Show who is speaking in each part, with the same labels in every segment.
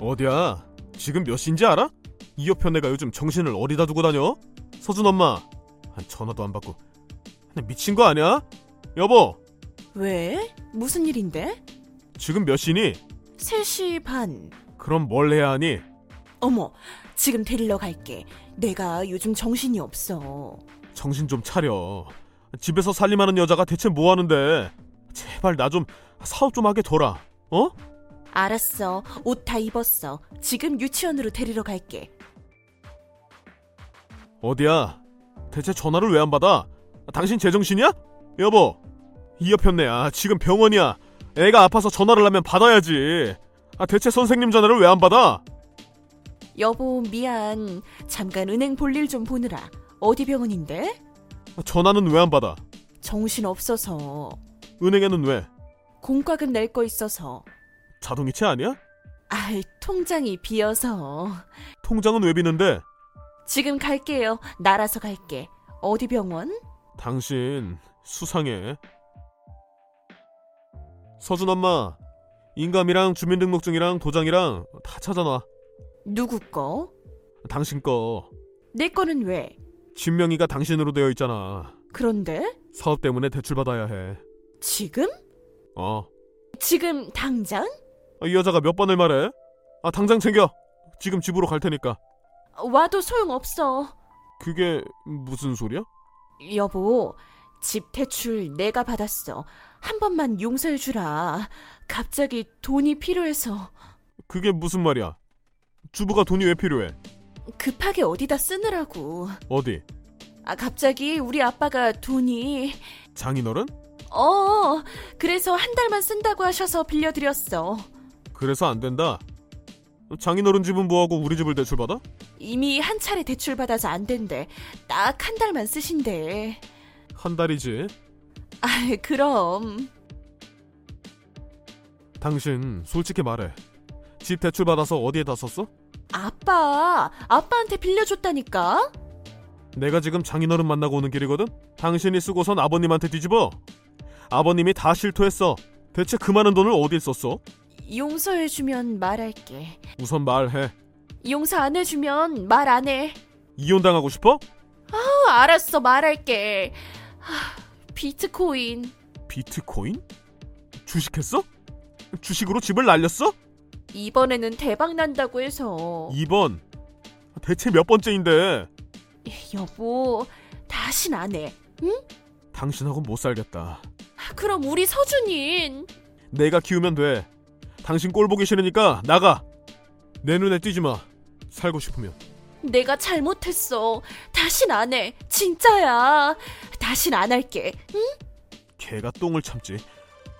Speaker 1: 어디야? 지금 몇 시인지 알아? 이 옆에 내가 요즘 정신을 어디다 두고 다녀? 서준 엄마 아니, 전화도 안 받고 아니, 미친 거 아니야? 여보
Speaker 2: 왜? 무슨 일인데?
Speaker 1: 지금 몇 시니?
Speaker 2: 3시 반.
Speaker 1: 그럼 뭘 해야 하니?
Speaker 2: 어머, 지금 데리러 갈게. 내가 요즘 정신이 없어.
Speaker 1: 정신 좀 차려 집에서 살림하는 여자가 대체 뭐 하는데 제발 나 좀 사업 좀 하게 둬라 어?
Speaker 2: 알았어. 옷 다 입었어. 지금 유치원으로 데리러 갈게.
Speaker 1: 어디야? 대체 전화를 왜 안 받아? 아, 당신 제정신이야? 여보, 이 옆였네. 아, 지금 병원이야. 애가 아파서 전화를 하면 받아야지. 아, 대체 선생님 전화를 왜 안 받아?
Speaker 2: 여보, 미안. 잠깐 은행 볼 일 좀 보느라. 어디 병원인데?
Speaker 1: 아, 전화는 왜 안 받아?
Speaker 2: 정신 없어서.
Speaker 1: 은행에는 왜?
Speaker 2: 공과금 낼 거 있어서.
Speaker 1: 자동이체 아니야?
Speaker 2: 아이, 통장이 비어서.
Speaker 1: 통장은 왜 비는데?
Speaker 2: 지금 갈게요. 날아서 갈게. 어디 병원?
Speaker 1: 당신 수상해. 서준 엄마, 인감이랑 주민등록증이랑 도장이랑 다 찾아놔.
Speaker 2: 누구 거?
Speaker 1: 당신 거.
Speaker 2: 내 거는 왜?
Speaker 1: 진명이가 당신으로 되어 있잖아.
Speaker 2: 그런데?
Speaker 1: 사업 때문에 대출받아야 해.
Speaker 2: 지금?
Speaker 1: 어.
Speaker 2: 지금 당장?
Speaker 1: 아, 이 여자가 몇 번을 말해? 아 당장 챙겨. 지금 집으로 갈 테니까.
Speaker 2: 와도 소용없어.
Speaker 1: 그게 무슨 소리야?
Speaker 2: 여보, 집 대출 내가 받았어. 한 번만 용서해 주라. 갑자기 돈이 필요해서
Speaker 1: 그게 무슨 말이야? 주부가 돈이 왜 필요해?
Speaker 2: 급하게 어디다 쓰느라고.
Speaker 1: 어디?
Speaker 2: 아, 갑자기 우리 아빠가 돈이
Speaker 1: 장인어른?
Speaker 2: 어, 그래서 한 달만 쓴다고 하셔서 빌려드렸어.
Speaker 1: 그래서 안 된다. 장인어른 집은 뭐하고 우리 집을 대출받아?
Speaker 2: 이미 한 차례 대출 받아서 안 된대. 딱 한 달만 쓰신대.
Speaker 1: 한 달이지.
Speaker 2: 아, 그럼
Speaker 1: 당신 솔직히 말해. 집 대출 받아서 어디에다 썼어?
Speaker 2: 아빠, 아빠한테 빌려줬다니까.
Speaker 1: 내가 지금 장인어른 만나고 오는 길이거든. 당신이 쓰고선 아버님한테 뒤집어. 아버님이 다 실토했어. 대체 그 많은 돈을 어디에 썼어?
Speaker 2: 용서해주면 말할게.
Speaker 1: 우선 말해.
Speaker 2: 용서 안 해주면 말 안 해.
Speaker 1: 이혼 당하고 싶어?
Speaker 2: 어, 알았어, 말할게. 하, 비트코인.
Speaker 1: 비트코인? 주식했어? 주식으로 집을 날렸어?
Speaker 2: 이번에는 대박 난다고 해서.
Speaker 1: 2번 대체 몇 번째인데
Speaker 2: 여보, 다신 안 해. 아,
Speaker 1: 당신하고 못 살겠다
Speaker 2: 그럼 우리 서준인.
Speaker 1: 내가 키우면 돼 당신 꼴 보기 싫으니까 나가 내 눈에 띄지 마 살고 싶으면
Speaker 2: 내가 잘못했어. 다신 안 해. 진짜야. 다신 안 할게.
Speaker 1: 개가 똥을 참지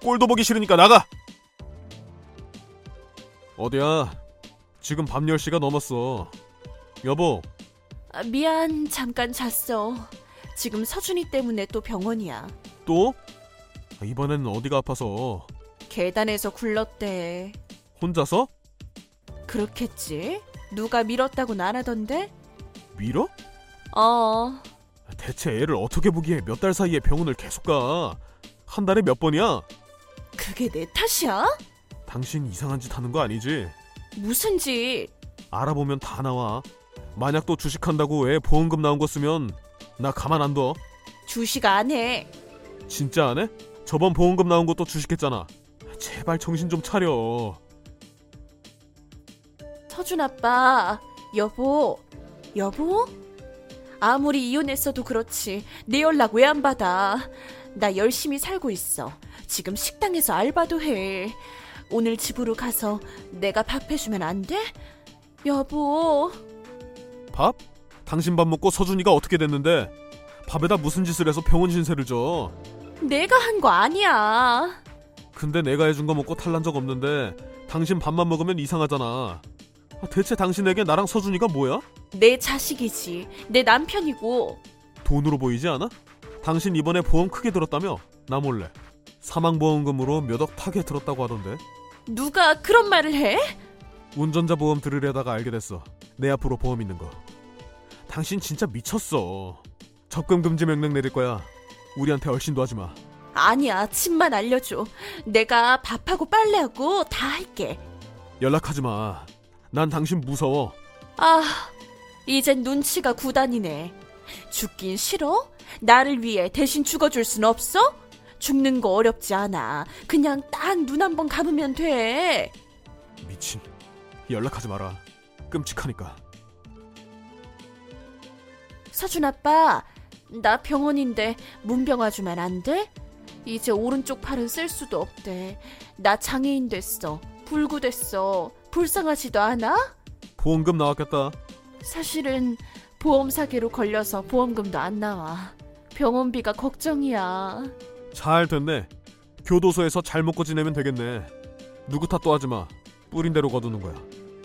Speaker 1: 꼴도 보기 싫으니까 나가 어디야 지금 밤 10시가 넘었어 여보
Speaker 2: 아, 미안, 잠깐 잤어. 지금 서준이 때문에 또 병원이야.
Speaker 1: 또? 아, 이번에는 어디가 아파서
Speaker 2: 계단에서 굴렀대.
Speaker 1: 혼자서?
Speaker 2: 그렇겠지? 누가 밀었다고는 안 하던데?
Speaker 1: 밀어?
Speaker 2: 어,
Speaker 1: 대체 애를 어떻게 보기에 몇 달 사이에 병원을 계속 가? 한 달에 몇 번이야?
Speaker 2: 그게 내 탓이야?
Speaker 1: 당신 이상한 짓 하는 거 아니지?
Speaker 2: 무슨 짓?
Speaker 1: 알아보면 다 나와. 만약 또 주식한다고 애 보험금 나온 거 쓰면 나 가만 안 둬.
Speaker 2: 주식 안 해.
Speaker 1: 진짜 안 해? 저번 보험금 나온 것도 주식했잖아. 제발 정신 좀 차려.
Speaker 2: 서준 아빠, 여보, 여보? 아무리 이혼했어도 그렇지. 내 연락 왜 안 받아? 나 열심히 살고 있어. 지금 식당에서 알바도 해. 오늘 집으로 가서 내가 밥 해주면 안 돼? 여보,
Speaker 1: 밥? 당신 밥 먹고 서준이가 어떻게 됐는데? 밥에다 무슨 짓을 해서 병원 신세를 져?
Speaker 2: 내가 한 거 아니야.
Speaker 1: 근데 내가 해준 거 먹고 탈난 적 없는데 당신 밥만 먹으면 이상하잖아. 아, 대체 당신에게 나랑 서준이가 뭐야?
Speaker 2: 내 자식이지. 내 남편이고.
Speaker 1: 돈으로 보이지 않아? 당신 이번에 보험 크게 들었다며? 나 몰래 사망보험금으로 몇 억 타게 들었다고 하던데
Speaker 2: 누가 그런 말을 해?
Speaker 1: 운전자 보험 들으려다가 알게 됐어 내 앞으로 보험 있는 거 당신 진짜 미쳤어 적금 금지 명령 내릴 거야 우리한테 얼씬도 하지 마
Speaker 2: 아니야, 집만 알려줘. 내가 밥하고 빨래하고 다 할게.
Speaker 1: 연락하지 마 난 당신 무서워.
Speaker 2: 아, 이젠 눈치가 구단이네. 죽긴 싫어? 나를 위해 대신 죽어줄 순 없어? 죽는 거 어렵지 않아. 그냥 딱 눈 한 번 감으면 돼.
Speaker 1: 미친. 연락하지 마라. 끔찍하니까.
Speaker 2: 서준 아빠, 나 병원인데 문병 와주면 안 돼? 이제 오른쪽 팔은 쓸 수도 없대. 나 장애인 됐어. 불구 됐어. 불쌍하지도 않아?
Speaker 1: 보험금 나왔겠다.
Speaker 2: 사실은 보험 사기로 걸려서 보험금도 안 나와. 병원비가 걱정이야.
Speaker 1: 잘 됐네. 교도소에서 잘 먹고 지내면 되겠네. 누구 탓도 하지 마. 뿌린 대로 거두는 거야.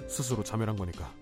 Speaker 1: 스스로 자멸한 거니까.